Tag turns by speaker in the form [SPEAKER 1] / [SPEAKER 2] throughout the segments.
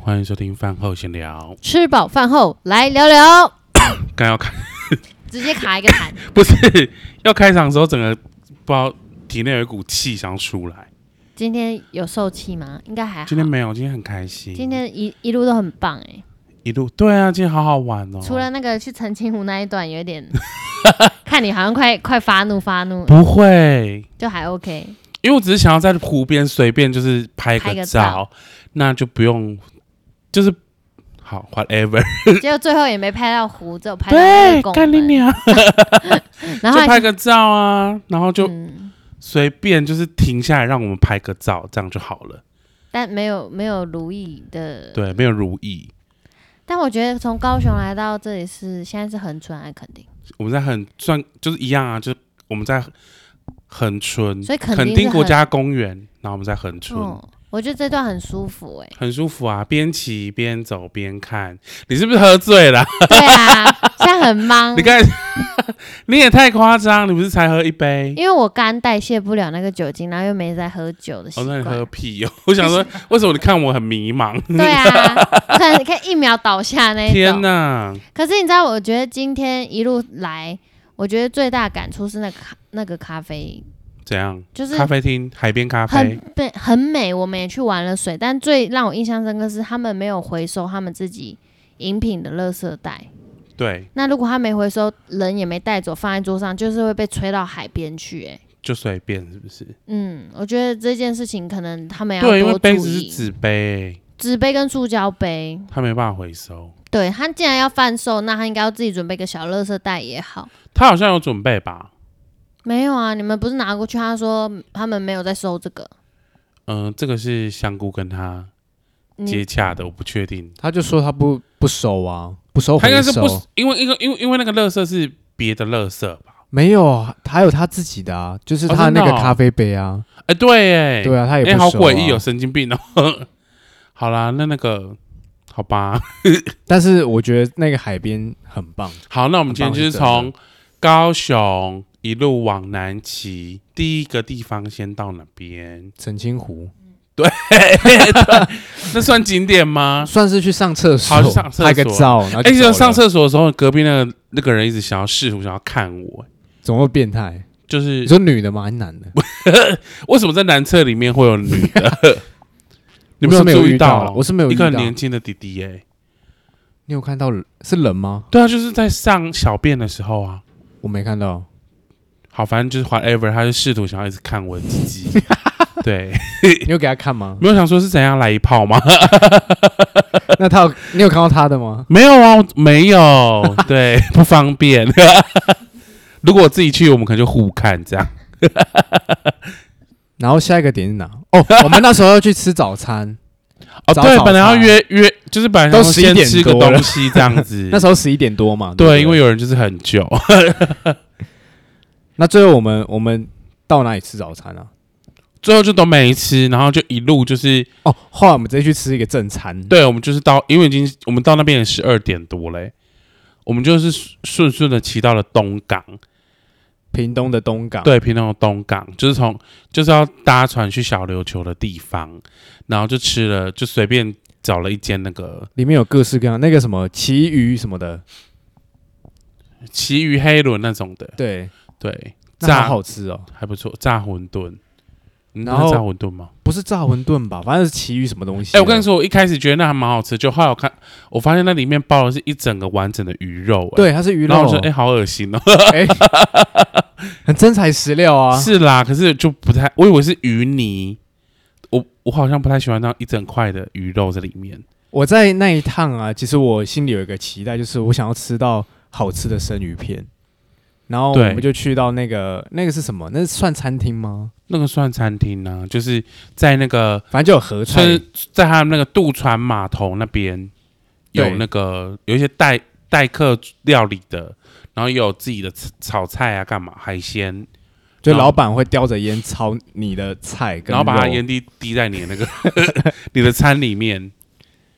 [SPEAKER 1] 欢迎收听饭后闲聊。
[SPEAKER 2] 吃饱饭后来聊聊，
[SPEAKER 1] 刚要开，
[SPEAKER 2] 直接卡一个 痰。
[SPEAKER 1] 不是要开场的时候，整个不知道体内有一股气想出来。
[SPEAKER 2] 今天有受气吗？应该还好。
[SPEAKER 1] 今天没有，今天很开心。
[SPEAKER 2] 啊今天一一路都很棒哎、
[SPEAKER 1] 一路对啊，今天好好玩哦。
[SPEAKER 2] 除了那个去澄清湖那一段有 一点，看你好像快快发怒发怒，
[SPEAKER 1] 不会，
[SPEAKER 2] 就还 OK。
[SPEAKER 1] 因为我只是想要在湖边随便就是拍
[SPEAKER 2] 拍
[SPEAKER 1] 个
[SPEAKER 2] 个
[SPEAKER 1] 照
[SPEAKER 2] 照，
[SPEAKER 1] 那就不用就是好 whatever。
[SPEAKER 2] 结果最后也没拍到湖，只有拍到那
[SPEAKER 1] 对
[SPEAKER 2] 个，拱
[SPEAKER 1] 干你
[SPEAKER 2] 门，
[SPEAKER 1] 娘，
[SPEAKER 2] 然后
[SPEAKER 1] 就
[SPEAKER 2] 还
[SPEAKER 1] 拍个照啊，然后就
[SPEAKER 2] 嗯，
[SPEAKER 1] 随便就是停下来让我们拍个照，这样就好了。
[SPEAKER 2] 但没有没有如意的。
[SPEAKER 1] 对，没有如意。
[SPEAKER 2] 但我觉得从高雄来到这里是现在是很准还是垦丁？
[SPEAKER 1] 我们在很算就是一样啊，就是我们在恒春，
[SPEAKER 2] 所以垦
[SPEAKER 1] 嗯垦
[SPEAKER 2] 丁是
[SPEAKER 1] 丁国
[SPEAKER 2] 很
[SPEAKER 1] 家公园，然后我们在恒春，
[SPEAKER 2] 嗯，我觉得这段很舒服哎、
[SPEAKER 1] 很舒服啊，边骑边走边看。你是不是喝醉了？
[SPEAKER 2] 对啊，现在很忙。
[SPEAKER 1] 你看， 你也太夸张，你不是才喝一杯？
[SPEAKER 2] 因为我肝代谢不了那个酒精，然后又没在喝酒的习
[SPEAKER 1] 哦，那
[SPEAKER 2] 惯。
[SPEAKER 1] 你喝屁哦！ 我想说，为什么你看我很迷 茫？
[SPEAKER 2] 对啊，我可能可以一秒倒下那一
[SPEAKER 1] 天
[SPEAKER 2] 种。
[SPEAKER 1] 哪！
[SPEAKER 2] 可是你知道，我觉得今天一路来，我觉得最大感触是那个咖那个咖啡，
[SPEAKER 1] 怎样？
[SPEAKER 2] 就是
[SPEAKER 1] 咖啡厅，海边咖啡
[SPEAKER 2] 很，对很美。我们也去玩了水，但最让我印象深刻是他们没有回收他们自己饮品的垃圾袋。
[SPEAKER 1] 对，
[SPEAKER 2] 那如果他没回收，人也没带走，放在桌上，就是会被吹到海边去、欸。
[SPEAKER 1] 就随便是不是？
[SPEAKER 2] 嗯，我觉得这件事情可能他们要
[SPEAKER 1] 对，因为
[SPEAKER 2] 多
[SPEAKER 1] 杯
[SPEAKER 2] 注
[SPEAKER 1] 子是
[SPEAKER 2] 意。
[SPEAKER 1] 纸杯，
[SPEAKER 2] 纸杯跟塑胶杯，
[SPEAKER 1] 它没办法回收。
[SPEAKER 2] 对他既然要贩售，那他应该要自己准备个小垃圾袋也好。
[SPEAKER 1] 它好像有准备吧？
[SPEAKER 2] 没有啊，你们不是拿过去？他说他们没有在收这个。
[SPEAKER 1] 嗯、这个是香菇跟他接
[SPEAKER 2] 你
[SPEAKER 1] 洽的，我不确定。
[SPEAKER 3] 他就说他不不收啊，不收
[SPEAKER 1] 他
[SPEAKER 3] 回
[SPEAKER 1] 应该是
[SPEAKER 3] 收
[SPEAKER 1] 不，因为因为因为因为那个乐色是别的乐色吧？
[SPEAKER 3] 没有，还有他自己的啊，就是他那
[SPEAKER 1] 哦真
[SPEAKER 3] 个
[SPEAKER 1] 的哦
[SPEAKER 3] 咖啡杯啊，
[SPEAKER 1] 哎、对，哎，
[SPEAKER 3] 对啊，他也
[SPEAKER 1] 哎、
[SPEAKER 3] 不收、啊
[SPEAKER 1] 好诡异哦，神经病哦。 好啦，那那个好吧，
[SPEAKER 3] 但是我觉得那个海边很棒，
[SPEAKER 1] 好，那我们今天就是从高雄一路往南骑，第一个地方先到哪边？
[SPEAKER 3] 澄清湖
[SPEAKER 1] 那算景点吗？
[SPEAKER 3] 算是去上厕所，
[SPEAKER 1] 好去上厕所
[SPEAKER 3] 拍个照，然后
[SPEAKER 1] 哎、
[SPEAKER 3] 就走
[SPEAKER 1] 就
[SPEAKER 3] 了
[SPEAKER 1] 上厕所的时候，隔壁那个那个人一直想要试图想要看我，哎
[SPEAKER 3] 怎么会变态？
[SPEAKER 1] 就
[SPEAKER 3] 你
[SPEAKER 1] 是
[SPEAKER 3] 说女的吗？还是男的？
[SPEAKER 1] 为什么在男厕里面会有女 的？你
[SPEAKER 3] 我是没有
[SPEAKER 1] 注意
[SPEAKER 3] 遇到
[SPEAKER 1] 到
[SPEAKER 3] 啦？我是没有
[SPEAKER 1] 一
[SPEAKER 3] 遇
[SPEAKER 1] 个
[SPEAKER 3] 到
[SPEAKER 1] 很，年轻的弟弟哎、
[SPEAKER 3] 你有看到人是人吗？
[SPEAKER 1] 对啊，就是在上小便的时候啊。
[SPEAKER 3] 我没看到，
[SPEAKER 1] 好，反正就是 whatever，他就试图想要一直看我的鸡 鸡。对，
[SPEAKER 3] 你有给他看吗？
[SPEAKER 1] 没有想说是怎样来一炮吗？
[SPEAKER 3] 那他有你有看到他的吗？
[SPEAKER 1] 没有啊，没有。对， 不方便。如果我自己去，我们可能就互看这样。
[SPEAKER 3] 然后下一个点是哪？哦， 我们那时候要去吃早餐，
[SPEAKER 1] 哦，
[SPEAKER 3] 早
[SPEAKER 1] 对，
[SPEAKER 3] 早
[SPEAKER 1] 本来要
[SPEAKER 3] 餐
[SPEAKER 1] 约约，就是本来想
[SPEAKER 3] 都
[SPEAKER 1] 说
[SPEAKER 3] 11
[SPEAKER 1] 先
[SPEAKER 3] 点
[SPEAKER 1] 吃个
[SPEAKER 3] 多了。
[SPEAKER 1] 东西这样子
[SPEAKER 3] 那时候十一点多嘛。不
[SPEAKER 1] 对，因为有人就是很久。
[SPEAKER 3] 那最后我们我们到哪里吃早餐啊？
[SPEAKER 1] 最后就都没吃，然后就一路就是，
[SPEAKER 3] 哦，后来我们直接去吃一个正餐，
[SPEAKER 1] 对我们就是到，因为已经我们到那边也十二点多嘞、我们就是顺顺顺的骑到了东港，
[SPEAKER 3] 屏东的东港。，
[SPEAKER 1] 对，平东的东港，就是从就是要搭船去小琉球的地方，然后就吃了，就随便找了一间那个
[SPEAKER 3] 里面有各式各样那个什么旗鱼什么的，
[SPEAKER 1] 奇鱼黑轮那种的，
[SPEAKER 3] 对，
[SPEAKER 1] 对，
[SPEAKER 3] 那
[SPEAKER 1] 炸
[SPEAKER 3] 好好吃哦。
[SPEAKER 1] 还不错，炸馄饨，嗯
[SPEAKER 3] 然后
[SPEAKER 1] 那是炸馄饨吗？
[SPEAKER 3] 不是炸馄饨吧？反正是旗鱼什么东西
[SPEAKER 1] 哎、
[SPEAKER 3] 的。
[SPEAKER 1] 我跟你说，我一开始觉得那还蛮好吃，就后来我看，我发现那里面包的是一整个完整的鱼肉、哎，
[SPEAKER 3] 对，它是鱼
[SPEAKER 1] 然后
[SPEAKER 3] 肉
[SPEAKER 1] 我，说，哎、好恶心哦。
[SPEAKER 3] 哎，很真材实料啊。
[SPEAKER 1] 是啦，可是就不太，我以为是鱼泥，我我好像不太喜欢那一整块的鱼肉在里面。
[SPEAKER 3] 我在那一趟啊，其实我心里有一个期待，就是我想要吃到好吃的生鱼片。然后我
[SPEAKER 1] 对
[SPEAKER 3] 们就去到那个那个是什么？那是算餐厅吗？
[SPEAKER 1] 那个算餐厅呢、就是在那个
[SPEAKER 3] 反正就有合菜
[SPEAKER 1] 村，，在他们那个渡船码头那边有
[SPEAKER 3] 对
[SPEAKER 1] 那个有一些代代客料理的，然后也有自己的炒炒菜啊，干嘛海鲜，
[SPEAKER 3] 就老板会叼着烟炒你的菜跟
[SPEAKER 1] 然后把它
[SPEAKER 3] 肉
[SPEAKER 1] 烟蒂滴在你的那个 你的餐里面。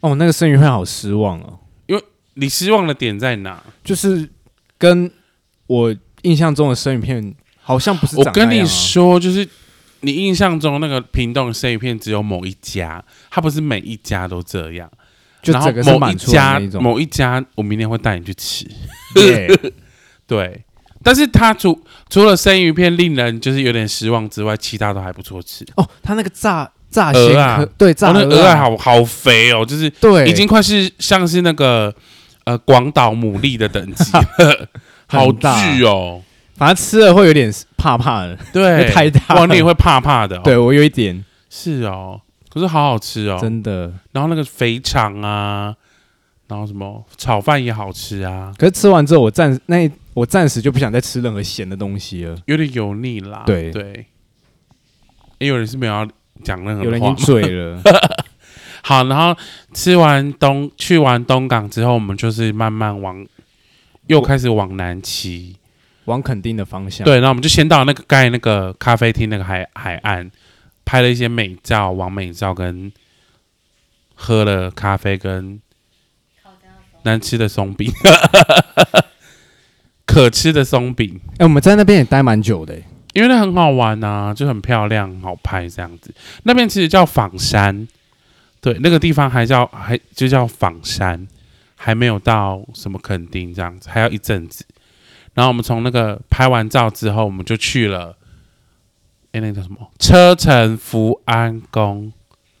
[SPEAKER 3] 哦，那个生鱼片好失望哦，
[SPEAKER 1] 你失望的点在哪？
[SPEAKER 3] 就是跟我印象中的生鱼片好像不是、
[SPEAKER 1] 我跟你，说，就是你印象中那个屏东的生鱼片只有某一家，它不是每一家都这样。
[SPEAKER 3] 就
[SPEAKER 1] 然后
[SPEAKER 3] 整个是
[SPEAKER 1] 某一
[SPEAKER 3] 满出来
[SPEAKER 1] 家
[SPEAKER 3] 的那种。
[SPEAKER 1] 某一家，我明天会带你去吃。
[SPEAKER 3] 对，
[SPEAKER 1] 对，但是它除除了生鱼片令人就是有点失望之外，其他都还不错吃。
[SPEAKER 3] 哦，他那个炸炸
[SPEAKER 1] 鹅
[SPEAKER 3] 鲜
[SPEAKER 1] 啊
[SPEAKER 3] 壳，对，炸
[SPEAKER 1] 哦，那
[SPEAKER 3] 鹅
[SPEAKER 1] 鹅
[SPEAKER 3] 啊
[SPEAKER 1] 啊，好好肥哦，就是
[SPEAKER 3] 对，
[SPEAKER 1] 已经快是像是那个呃广岛牡蛎的等级 了，好
[SPEAKER 3] 很大
[SPEAKER 1] 巨 哦。
[SPEAKER 3] 反正吃了会有点怕怕的。
[SPEAKER 1] 对，
[SPEAKER 3] 太大了
[SPEAKER 1] 哇，你也会怕怕的、哦。，
[SPEAKER 3] 对我有一点
[SPEAKER 1] 是哦，可是好好吃哦。
[SPEAKER 3] 真的，
[SPEAKER 1] 然后那个肥肠啊，然后什么炒饭也好吃啊，
[SPEAKER 3] 可是吃完之后我暂那一我暂时就不想再吃任何咸的东西了。
[SPEAKER 1] 有点油腻啦。
[SPEAKER 3] 对
[SPEAKER 1] 对，也有人是没有要讲任何
[SPEAKER 3] 有人已
[SPEAKER 1] 话
[SPEAKER 3] 经
[SPEAKER 1] 吗
[SPEAKER 3] 醉了，
[SPEAKER 1] 好，然后吃完东去完东港之后，我们就是慢慢往又开始往南骑。
[SPEAKER 3] 往垦丁的方向。
[SPEAKER 1] 对，然后我们就先到那个盖那个咖啡厅那个海海岸，拍了一些美照、完美照，跟喝了咖啡跟难吃的松饼， 可吃的松饼，
[SPEAKER 3] 哎、我们在那边也待蛮久的、欸
[SPEAKER 1] 因为那很好玩啊，就很漂亮，很好拍这样子。那边其实叫仿山，对，那个地方还叫还就叫仿山，还没有到什么垦丁这样子，还要一阵子。然后我们从那个拍完照之后，我们就去了，哎，那个叫什么车城福安宫，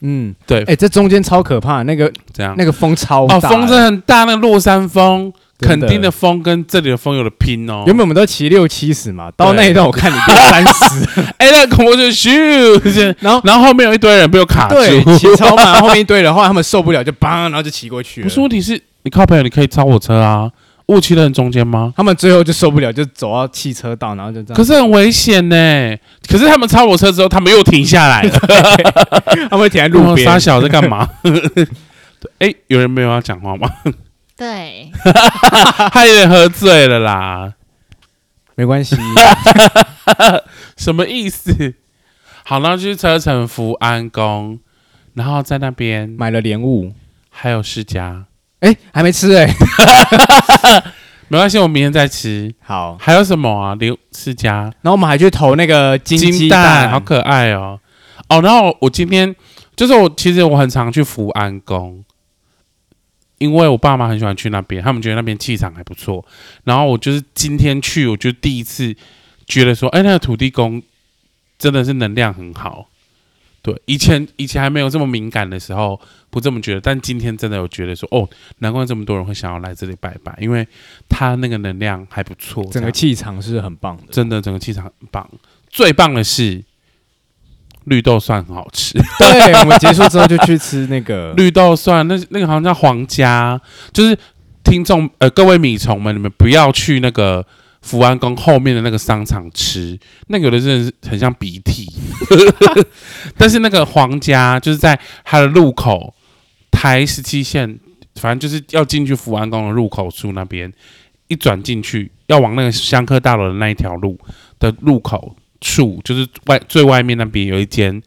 [SPEAKER 3] 嗯，
[SPEAKER 1] 对，
[SPEAKER 3] 哎、这中间超可怕，那个
[SPEAKER 1] 这样。
[SPEAKER 3] 那个风超大、
[SPEAKER 1] 哦，风真的很大，那个落山风，
[SPEAKER 3] 真
[SPEAKER 1] 垦丁的风跟这里的风有的拼哦。
[SPEAKER 3] 原本我们都骑六七十嘛，到那一段我看你 变三十，
[SPEAKER 1] 哎，那恐怖就咻，就是
[SPEAKER 3] 然后
[SPEAKER 1] 然后后面有一堆人被我卡住，
[SPEAKER 3] 对骑超慢，后面一堆人，后来他们受不了就砰，然后就骑过去
[SPEAKER 1] 不
[SPEAKER 3] 了。
[SPEAKER 1] 是，问题是你靠朋友，你可以超我车啊。雾气的很中间吗？
[SPEAKER 3] 他们最后就受不了，就走到汽车道，然后就这样。
[SPEAKER 1] 可是很危险呢、可是他们超我车之后，他们又停下 来了。
[SPEAKER 3] 他们会停在路边
[SPEAKER 1] 傻，小在干 嘛？哎、诶有人没有要讲话吗？
[SPEAKER 2] 对，
[SPEAKER 1] 他有点喝醉了啦，
[SPEAKER 3] 没关系。
[SPEAKER 1] 什么意思？好，然后就是车城福安宫，然后在那边
[SPEAKER 3] 买了 莲雾，
[SPEAKER 1] 还有世家，
[SPEAKER 3] 哎、还没吃哎、
[SPEAKER 1] 没关系，我明天再吃。
[SPEAKER 3] 好，
[SPEAKER 1] 还有什么啊？刘世家，
[SPEAKER 3] 然后我们还去投那个金鸡
[SPEAKER 1] 蛋，好可爱哦。哦，然后我今天就是我，其实我很常去福安宫，因为我爸妈很喜欢去那边，他们觉得那边气场还不错。然后我就是今天去，我就第一次觉得说，哎，那个土地公真的是能量很好。对，以前以前还没有这么敏感的时候，不这么觉得，但今天真的有觉得说，哦，难怪这么多人会想要来这里拜拜，因为他那个能量还不错，
[SPEAKER 3] 整
[SPEAKER 1] 这
[SPEAKER 3] 个
[SPEAKER 1] 样
[SPEAKER 3] 气场是很棒的。
[SPEAKER 1] 真的整个气场很棒。最棒的是绿豆蒜很好吃，
[SPEAKER 3] 对，我们结束之后就去吃那个
[SPEAKER 1] 绿豆蒜那那个好像叫皇家，就是听众呃各位米虫们，你们不要去那个福安宫后面的那个商场吃，那个有的真的是很像鼻涕。 但是那个皇家就是在它的入口台十七线，反正就是要进去福安宫的入口处那边，一转进去要往那个香客大楼的那一条路的入口处，就是外最外面那边有一间。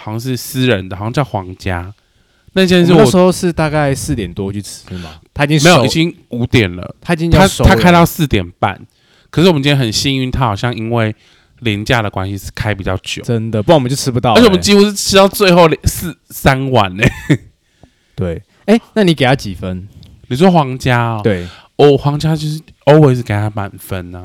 [SPEAKER 1] 好像是私人的，好像叫皇家。那间是
[SPEAKER 3] 我们
[SPEAKER 1] 我
[SPEAKER 3] 那时候是大概四点多去吃嘛，他已经
[SPEAKER 1] 没有，
[SPEAKER 3] 熟
[SPEAKER 1] 已经五点了。
[SPEAKER 3] 他已经要
[SPEAKER 1] 他
[SPEAKER 3] 熟
[SPEAKER 1] 他
[SPEAKER 3] 了
[SPEAKER 1] 开到四点半，可是我们今天很幸运，他好像因为廉价的关系是开比较久，
[SPEAKER 3] 真的，不然我们就吃不到、
[SPEAKER 1] 而且我们
[SPEAKER 3] 欸
[SPEAKER 1] 几乎是吃到最后的四三碗呢、
[SPEAKER 3] 对，哎、那你给他几分？
[SPEAKER 1] 你说皇家哦，
[SPEAKER 3] 对，
[SPEAKER 1] 哦，皇家就是 always 给他满分啊，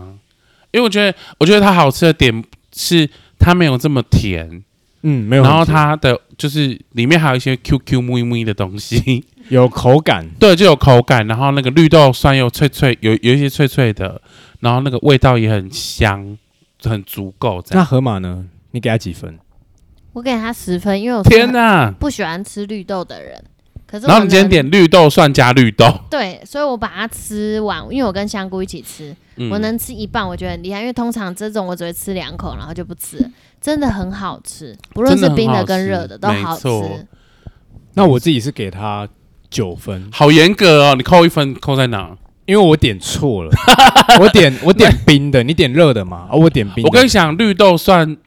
[SPEAKER 1] 因为我觉得我觉得它好吃的点是它没有这么甜，
[SPEAKER 3] 嗯，没有很
[SPEAKER 1] 然后
[SPEAKER 3] 甜。
[SPEAKER 1] 它的就是里面还有一些 QQ 木一木一的东西。
[SPEAKER 3] 有口感，
[SPEAKER 1] 对，就有口感，然后那个绿豆酸又脆脆，有有一些脆脆的，然后那个味道也很香，很足够。这
[SPEAKER 3] 那
[SPEAKER 1] 样，嗯
[SPEAKER 3] 河马呢？你给他几分？
[SPEAKER 2] 我给他十分，因为我是
[SPEAKER 1] 天
[SPEAKER 2] 很
[SPEAKER 1] 哪！
[SPEAKER 2] 不喜欢吃绿豆的人。可是
[SPEAKER 1] 然后你今天
[SPEAKER 2] 能
[SPEAKER 1] 点绿豆蒜加绿豆，
[SPEAKER 2] 对，所以我把它吃完，因为我跟香菇一起吃，
[SPEAKER 1] 嗯
[SPEAKER 2] 我能吃一半，我觉得很厉害。因为通常这种我只会吃两口，然后就不吃了，真的很好吃，不论
[SPEAKER 1] 真的
[SPEAKER 2] 是
[SPEAKER 1] 很
[SPEAKER 2] 冰
[SPEAKER 1] 好
[SPEAKER 2] 的跟
[SPEAKER 1] 吃
[SPEAKER 2] 热的都
[SPEAKER 1] 没
[SPEAKER 2] 好吃。
[SPEAKER 1] 错
[SPEAKER 3] 那我自己是给他九分，
[SPEAKER 1] 好严格哦！你扣一分扣在哪？
[SPEAKER 3] 因为我 点错了，我点我点冰的，你点热的嘛？啊，我点冰的。
[SPEAKER 1] 我跟你讲，绿豆蒜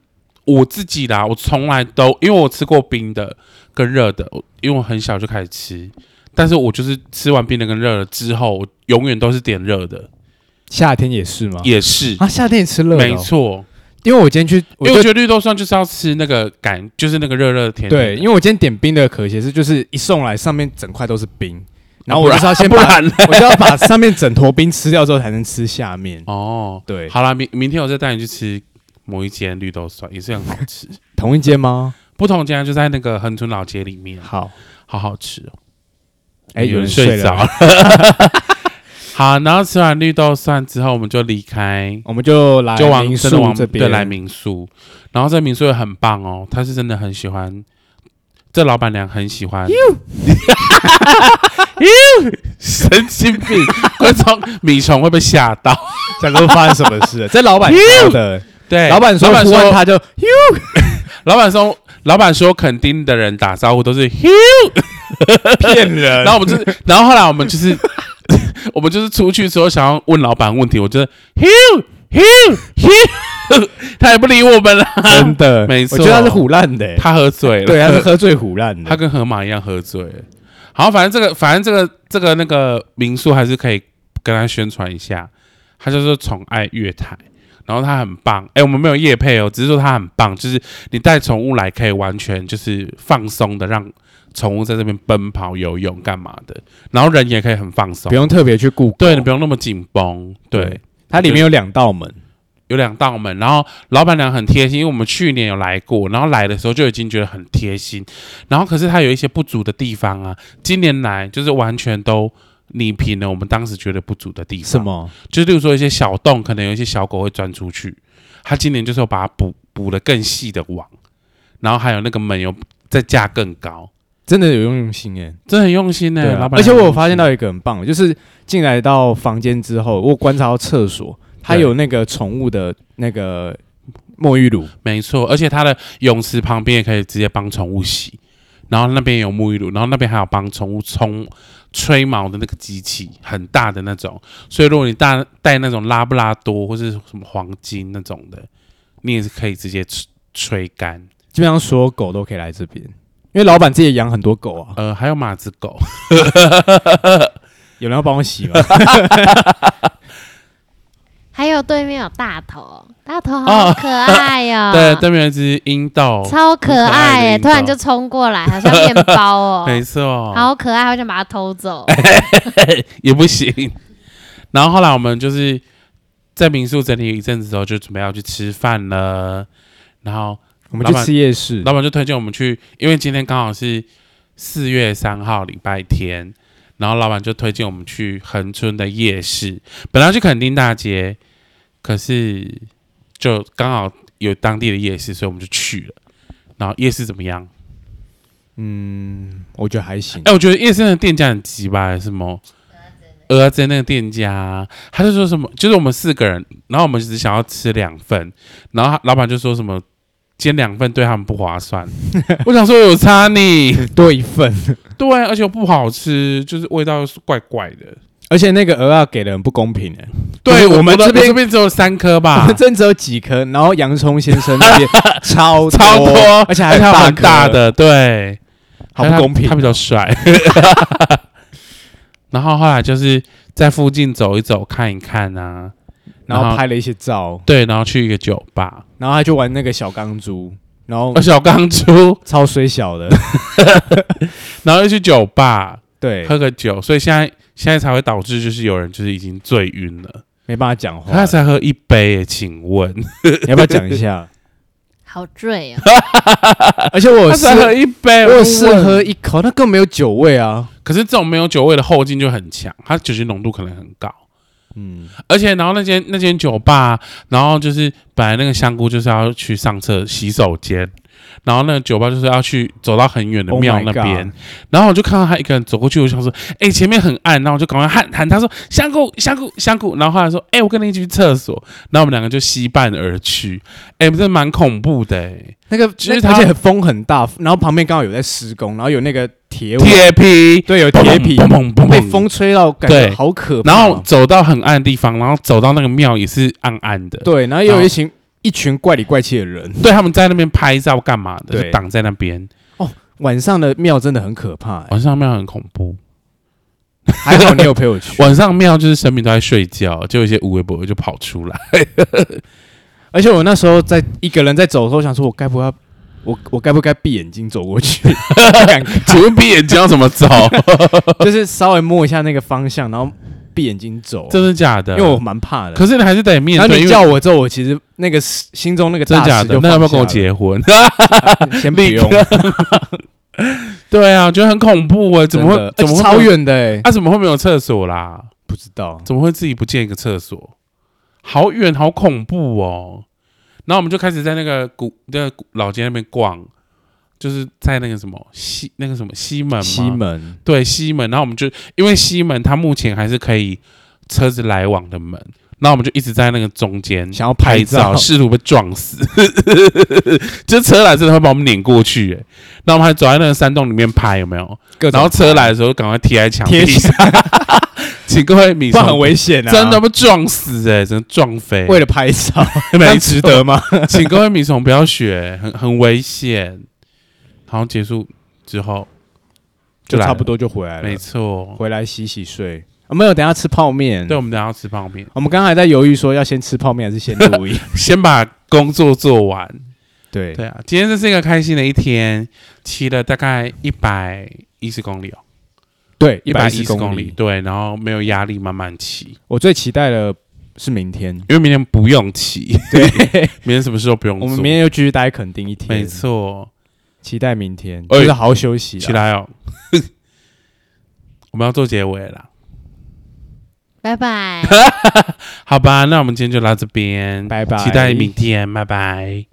[SPEAKER 1] 我自己啦，我从来都因为我吃过冰的跟热的，我因为我很小就开始吃，但是我就是吃完冰的跟热的之后，我永远都是点热的，
[SPEAKER 3] 夏天也是吗？
[SPEAKER 1] 也是
[SPEAKER 3] 啊啊，夏天也吃热的哦、
[SPEAKER 1] 没错。
[SPEAKER 3] 因为我今天去，
[SPEAKER 1] 因
[SPEAKER 3] 我
[SPEAKER 1] 为
[SPEAKER 3] 就
[SPEAKER 1] 我觉得绿豆蒜就是要吃那个感，就是那个热热甜甜的。
[SPEAKER 3] 对，因为我今天点冰的可惜是，就是一送来上面整块都是冰，然后我
[SPEAKER 1] 啊不
[SPEAKER 3] 就是要先
[SPEAKER 1] 不
[SPEAKER 3] 把，
[SPEAKER 1] 然呢
[SPEAKER 3] 我就要把上面整坨冰吃掉之后才能吃下面。
[SPEAKER 1] 哦，
[SPEAKER 3] 对，
[SPEAKER 1] 好啦，明明天我再带你去吃某一间绿豆蒜，也是很好吃。
[SPEAKER 3] 同一间吗？
[SPEAKER 1] 不同间就在那个恒春老街里面，
[SPEAKER 3] 好，
[SPEAKER 1] 好好吃哦。
[SPEAKER 3] 哎，有人睡
[SPEAKER 1] 睡
[SPEAKER 3] 了
[SPEAKER 1] 着，了。 好，然后吃完绿豆蒜之后，我们就离开，
[SPEAKER 3] 我们就来
[SPEAKER 1] 就往
[SPEAKER 3] 民
[SPEAKER 1] 真的
[SPEAKER 3] 宿
[SPEAKER 1] 往
[SPEAKER 3] 这
[SPEAKER 1] 对
[SPEAKER 3] 边
[SPEAKER 1] 来民宿。然后这民宿也很棒哦，他是真的很喜欢，这老板娘很喜欢。 神经病！观众米虫会被吓到。
[SPEAKER 3] 想说发生什么事了？这老板说的，
[SPEAKER 1] 对，
[SPEAKER 3] 老板说
[SPEAKER 1] 老板
[SPEAKER 3] 忽然
[SPEAKER 1] 说，
[SPEAKER 3] 他就
[SPEAKER 1] 老板说，老板说，垦丁的人打招呼都是
[SPEAKER 3] 骗人
[SPEAKER 1] 然后我 们就是，然后后来我们就是， 我们就是出去之后想要问老板问题，我觉得 Hugh Hugh Hugh，他 也不理我们了，
[SPEAKER 3] 真的，
[SPEAKER 1] 没错
[SPEAKER 3] 我觉得他是虎烂的、欸，
[SPEAKER 1] 他喝醉了，
[SPEAKER 3] 对，他是喝醉虎烂
[SPEAKER 1] 他
[SPEAKER 3] 的。
[SPEAKER 1] 跟河马一样喝醉了。好，反正这个，反正这个，这个那个民宿还是可以跟他宣传一下，他就是宠爱月台。然后他很棒，哎、我们没有夜配哦，只是说他很棒，就是你带宠物来可以完全就是放松的，让宠物在这边奔跑、游泳干嘛的，然后人也可以很放松
[SPEAKER 3] 不，用特别去顾，
[SPEAKER 1] 对你不用那么紧绷。对，，
[SPEAKER 3] 它里面有两道门，
[SPEAKER 1] 有两道门，然后老板娘很贴心，因为我们去年有来过，然后来的时候就已经觉得很贴心，然后可是它有一些不足的地方啊，今年来就是完全都拟平了我们当时觉得不足的地方。
[SPEAKER 3] 什？么？
[SPEAKER 1] 就例如说一些小洞，可能有一些小狗会钻出去，它今年就是有把它补补了更细的网，然后还有那个门有再架更高，
[SPEAKER 3] 真的有用心哎、
[SPEAKER 1] 真的很用心呢、
[SPEAKER 3] 对啊
[SPEAKER 1] 老板娘很用
[SPEAKER 3] 而且
[SPEAKER 1] 心。
[SPEAKER 3] 我有发现到一个很棒的，就是进来到房间之后，我有观察到厕所，它
[SPEAKER 1] 对
[SPEAKER 3] 有那个宠物的那个沐浴乳，
[SPEAKER 1] 没错，而且它的泳池旁边也可以直接帮宠物洗，然后那边有沐浴露，然后那边还有帮宠物冲吹毛的那个机器，很大的那种。所以如果你带带那种拉布拉多或是什么黄金那种的，你也是可以直接吹吹干。
[SPEAKER 3] 基本上所有狗都可以来这边，因为老板自己也养很多狗啊。
[SPEAKER 1] 呃，还有马子狗，
[SPEAKER 3] 有人要帮 我洗吗？
[SPEAKER 2] 还有对面有大头，大头好可爱哦哟、
[SPEAKER 1] 啊 对，对面有一只鹰豆，
[SPEAKER 2] 啊超可爱耶、
[SPEAKER 1] 哦很可爱的
[SPEAKER 2] 突然就冲过来，好像面包
[SPEAKER 1] 没
[SPEAKER 2] 哦，
[SPEAKER 1] 错，
[SPEAKER 2] 好可爱，好想把它偷走。
[SPEAKER 1] 哎也不行。然后后来我们就是在民宿整理一阵子之后，就准备要去吃饭了，然后。
[SPEAKER 3] 我们去吃夜市，
[SPEAKER 1] 老板就推荐我们去，因为今天刚好是四月三号礼拜天，然后老板就推荐我们去恒春的夜市。本来要去垦丁大街，可是就刚好有当地的夜市，所以我们就去了。然后夜市怎么样？
[SPEAKER 3] 嗯，我觉得还行
[SPEAKER 1] 哎、。我觉得夜市的店家很鸡巴，什么？鹅仔那个店家，他就说什么，就是我们四个人，然后我们只想要吃两份，然后他老板就说什么煎两份对他们不划算。 我想说有差你，
[SPEAKER 3] 多一份，
[SPEAKER 1] 对，啊而且又不好吃，就是味道是怪怪的。
[SPEAKER 3] 而且那个鹅啊给的很不公平哎、
[SPEAKER 1] 对
[SPEAKER 3] 我们
[SPEAKER 1] 的
[SPEAKER 3] 这边
[SPEAKER 1] 我这边只有三颗吧
[SPEAKER 3] 我们，真只有几颗，然后洋葱先生那边超
[SPEAKER 1] 超多，
[SPEAKER 3] 而且还是
[SPEAKER 1] 他
[SPEAKER 3] 大
[SPEAKER 1] 蛮
[SPEAKER 3] 颗
[SPEAKER 1] 大，的，对，
[SPEAKER 3] 好不公平。啊
[SPEAKER 1] 他比较帅。 然后后来就是在附近走一走，看一看啊，
[SPEAKER 3] 然
[SPEAKER 1] 然
[SPEAKER 3] 后
[SPEAKER 1] 后
[SPEAKER 3] 拍了一些照，
[SPEAKER 1] 对，然后去一个酒吧，
[SPEAKER 3] 然后他就玩那个小钢珠，然后
[SPEAKER 1] 哦，小钢珠，
[SPEAKER 3] 超水 小的，
[SPEAKER 1] 然后又去酒吧
[SPEAKER 3] 对，
[SPEAKER 1] 喝个酒，所以现在现在才会导致就是有人就是已经醉晕了，
[SPEAKER 3] 没办法讲话
[SPEAKER 1] 他。才喝一杯耶，请问
[SPEAKER 3] 你要不要讲 一下？
[SPEAKER 2] 好醉哦！
[SPEAKER 3] 而且我
[SPEAKER 1] 他
[SPEAKER 3] 是
[SPEAKER 1] 才喝一杯，
[SPEAKER 3] 我有试
[SPEAKER 1] 问
[SPEAKER 3] 喝一口，那更没有酒味啊。
[SPEAKER 1] 可是这种没有酒味的后劲就很强，它酒精浓度可能很高。
[SPEAKER 3] 嗯，
[SPEAKER 1] 而且，然后那间那间酒吧，然后就是本来那个香菇就是要去上厕洗手间，然后那个酒吧就是要去走到很远的
[SPEAKER 3] Oh my
[SPEAKER 1] 庙那边
[SPEAKER 3] God
[SPEAKER 1] 然后我就看到他一个人走过去，我想说，哎、前面很暗，然后我就赶快喊喊他说哎香菇香菇香菇，然后后来说，哎、我跟你一起去厕所，然后我们两个就惜伴而去，哎、真的蛮恐怖的、欸，
[SPEAKER 3] 那个
[SPEAKER 1] 就是
[SPEAKER 3] 那
[SPEAKER 1] 它
[SPEAKER 3] 而且风很大，然后旁边刚好有在施工，然后有那个铁网，
[SPEAKER 1] 铁皮
[SPEAKER 3] 对，有铁皮
[SPEAKER 1] 砰砰砰砰砰
[SPEAKER 3] 被风吹到，感觉
[SPEAKER 1] 对
[SPEAKER 3] 好可怕
[SPEAKER 1] 然
[SPEAKER 3] 哦。
[SPEAKER 1] 后走到很暗的地方，然后走到那个庙也是暗暗的，
[SPEAKER 3] 对，然后也有一群一群怪里怪气的人。
[SPEAKER 1] 对，他们在那边拍照干嘛的，
[SPEAKER 3] 对
[SPEAKER 1] 就挡在那边，
[SPEAKER 3] 晚上的庙真的很可怕、欸，
[SPEAKER 1] 晚上庙很恐怖，
[SPEAKER 3] 还好你有 陪我去。
[SPEAKER 1] 晚上庙就是神明都在睡觉，就有一些无微不微就跑出来，
[SPEAKER 3] 而且我那时候在一个人在走的时候，想说我该不要，我我该不该闭眼睛走过 去？不敢看
[SPEAKER 1] 请问闭眼睛要怎么 走？
[SPEAKER 3] 就是稍微摸一下那个方向，然后闭眼睛走，
[SPEAKER 1] 真的假的？
[SPEAKER 3] 因为我蛮怕的。
[SPEAKER 1] 可是你还是得面
[SPEAKER 3] 然后
[SPEAKER 1] 对，
[SPEAKER 3] 你
[SPEAKER 1] 因为
[SPEAKER 3] 叫我之后，我其实那个心中那个
[SPEAKER 1] 真
[SPEAKER 3] 大
[SPEAKER 1] 的假
[SPEAKER 3] 石
[SPEAKER 1] 的
[SPEAKER 3] 就？
[SPEAKER 1] 那要不要
[SPEAKER 3] 放下
[SPEAKER 1] 跟我
[SPEAKER 3] 了？
[SPEAKER 1] 结婚？
[SPEAKER 3] 先不用，
[SPEAKER 1] 对啊，我觉得很恐怖哎、怎么
[SPEAKER 3] 真的
[SPEAKER 1] 会？怎么
[SPEAKER 3] 而且
[SPEAKER 1] 会
[SPEAKER 3] 超
[SPEAKER 1] 没有？
[SPEAKER 3] 远的、欸？
[SPEAKER 1] 啊，怎么会没有厕所啦？
[SPEAKER 3] 不知道，
[SPEAKER 1] 怎么会自己不建一个厕所？好远，好恐怖哦！然后我们就开始在那个古那个古老街那边逛，就是在那个什么西那个什么西门吗？
[SPEAKER 3] 西门
[SPEAKER 1] 对西门。然后我们就因为西门它目前还是可以车子来往的门，然后我们就一直在那个中间
[SPEAKER 3] 想要
[SPEAKER 1] 拍
[SPEAKER 3] 照
[SPEAKER 1] 照，，试图被撞死， 就车来真的会把我们碾过去、欸。然后我们还走在那个山洞里面拍，有没有？
[SPEAKER 3] 各种
[SPEAKER 1] 然后车来的时候赶快贴在墙壁
[SPEAKER 3] 贴起
[SPEAKER 1] 上， 请各位米
[SPEAKER 3] 不然很
[SPEAKER 1] 虫
[SPEAKER 3] 危险啊！
[SPEAKER 1] 真的被撞死哎、真的撞飞，
[SPEAKER 3] 为了拍 照，
[SPEAKER 1] 没
[SPEAKER 3] 那值得吗？
[SPEAKER 1] 错，请各位米虫不要学，很很危险。好像结束之后
[SPEAKER 3] 就
[SPEAKER 1] 来了
[SPEAKER 3] 差不，多就回来
[SPEAKER 1] 没
[SPEAKER 3] 了，
[SPEAKER 1] 错。
[SPEAKER 3] 回来洗洗睡。啊，没有，等一下吃泡面。
[SPEAKER 1] 对，我们等一下要吃泡面，
[SPEAKER 3] 我们刚才在犹豫说要先吃泡面还是先 录音。
[SPEAKER 1] 先把工作做完。
[SPEAKER 3] 对，
[SPEAKER 1] 对啊，今天这是一个开心的一天，骑了大概一百一十公里哦，
[SPEAKER 3] 对，
[SPEAKER 1] 一
[SPEAKER 3] 百
[SPEAKER 1] 百
[SPEAKER 3] 一
[SPEAKER 1] 一
[SPEAKER 3] 十
[SPEAKER 1] 十
[SPEAKER 3] 公
[SPEAKER 1] 公里，。对，然后没有压力，慢慢骑，
[SPEAKER 3] 我最期待的是明天，
[SPEAKER 1] 因为明天不用骑，
[SPEAKER 3] 对，
[SPEAKER 1] 明天什么事都不用
[SPEAKER 3] 我
[SPEAKER 1] 做，
[SPEAKER 3] 们明天又继续待垦丁一
[SPEAKER 1] 没
[SPEAKER 3] 天，
[SPEAKER 1] 错，
[SPEAKER 3] 期待明天，
[SPEAKER 1] 哎
[SPEAKER 3] 就是好好休息啦。
[SPEAKER 1] 起来哦， 我们要做结尾了啦。
[SPEAKER 2] 拜拜。
[SPEAKER 1] 好吧，那我们今天就到这边，
[SPEAKER 3] 拜拜
[SPEAKER 1] 期待明天，拜拜。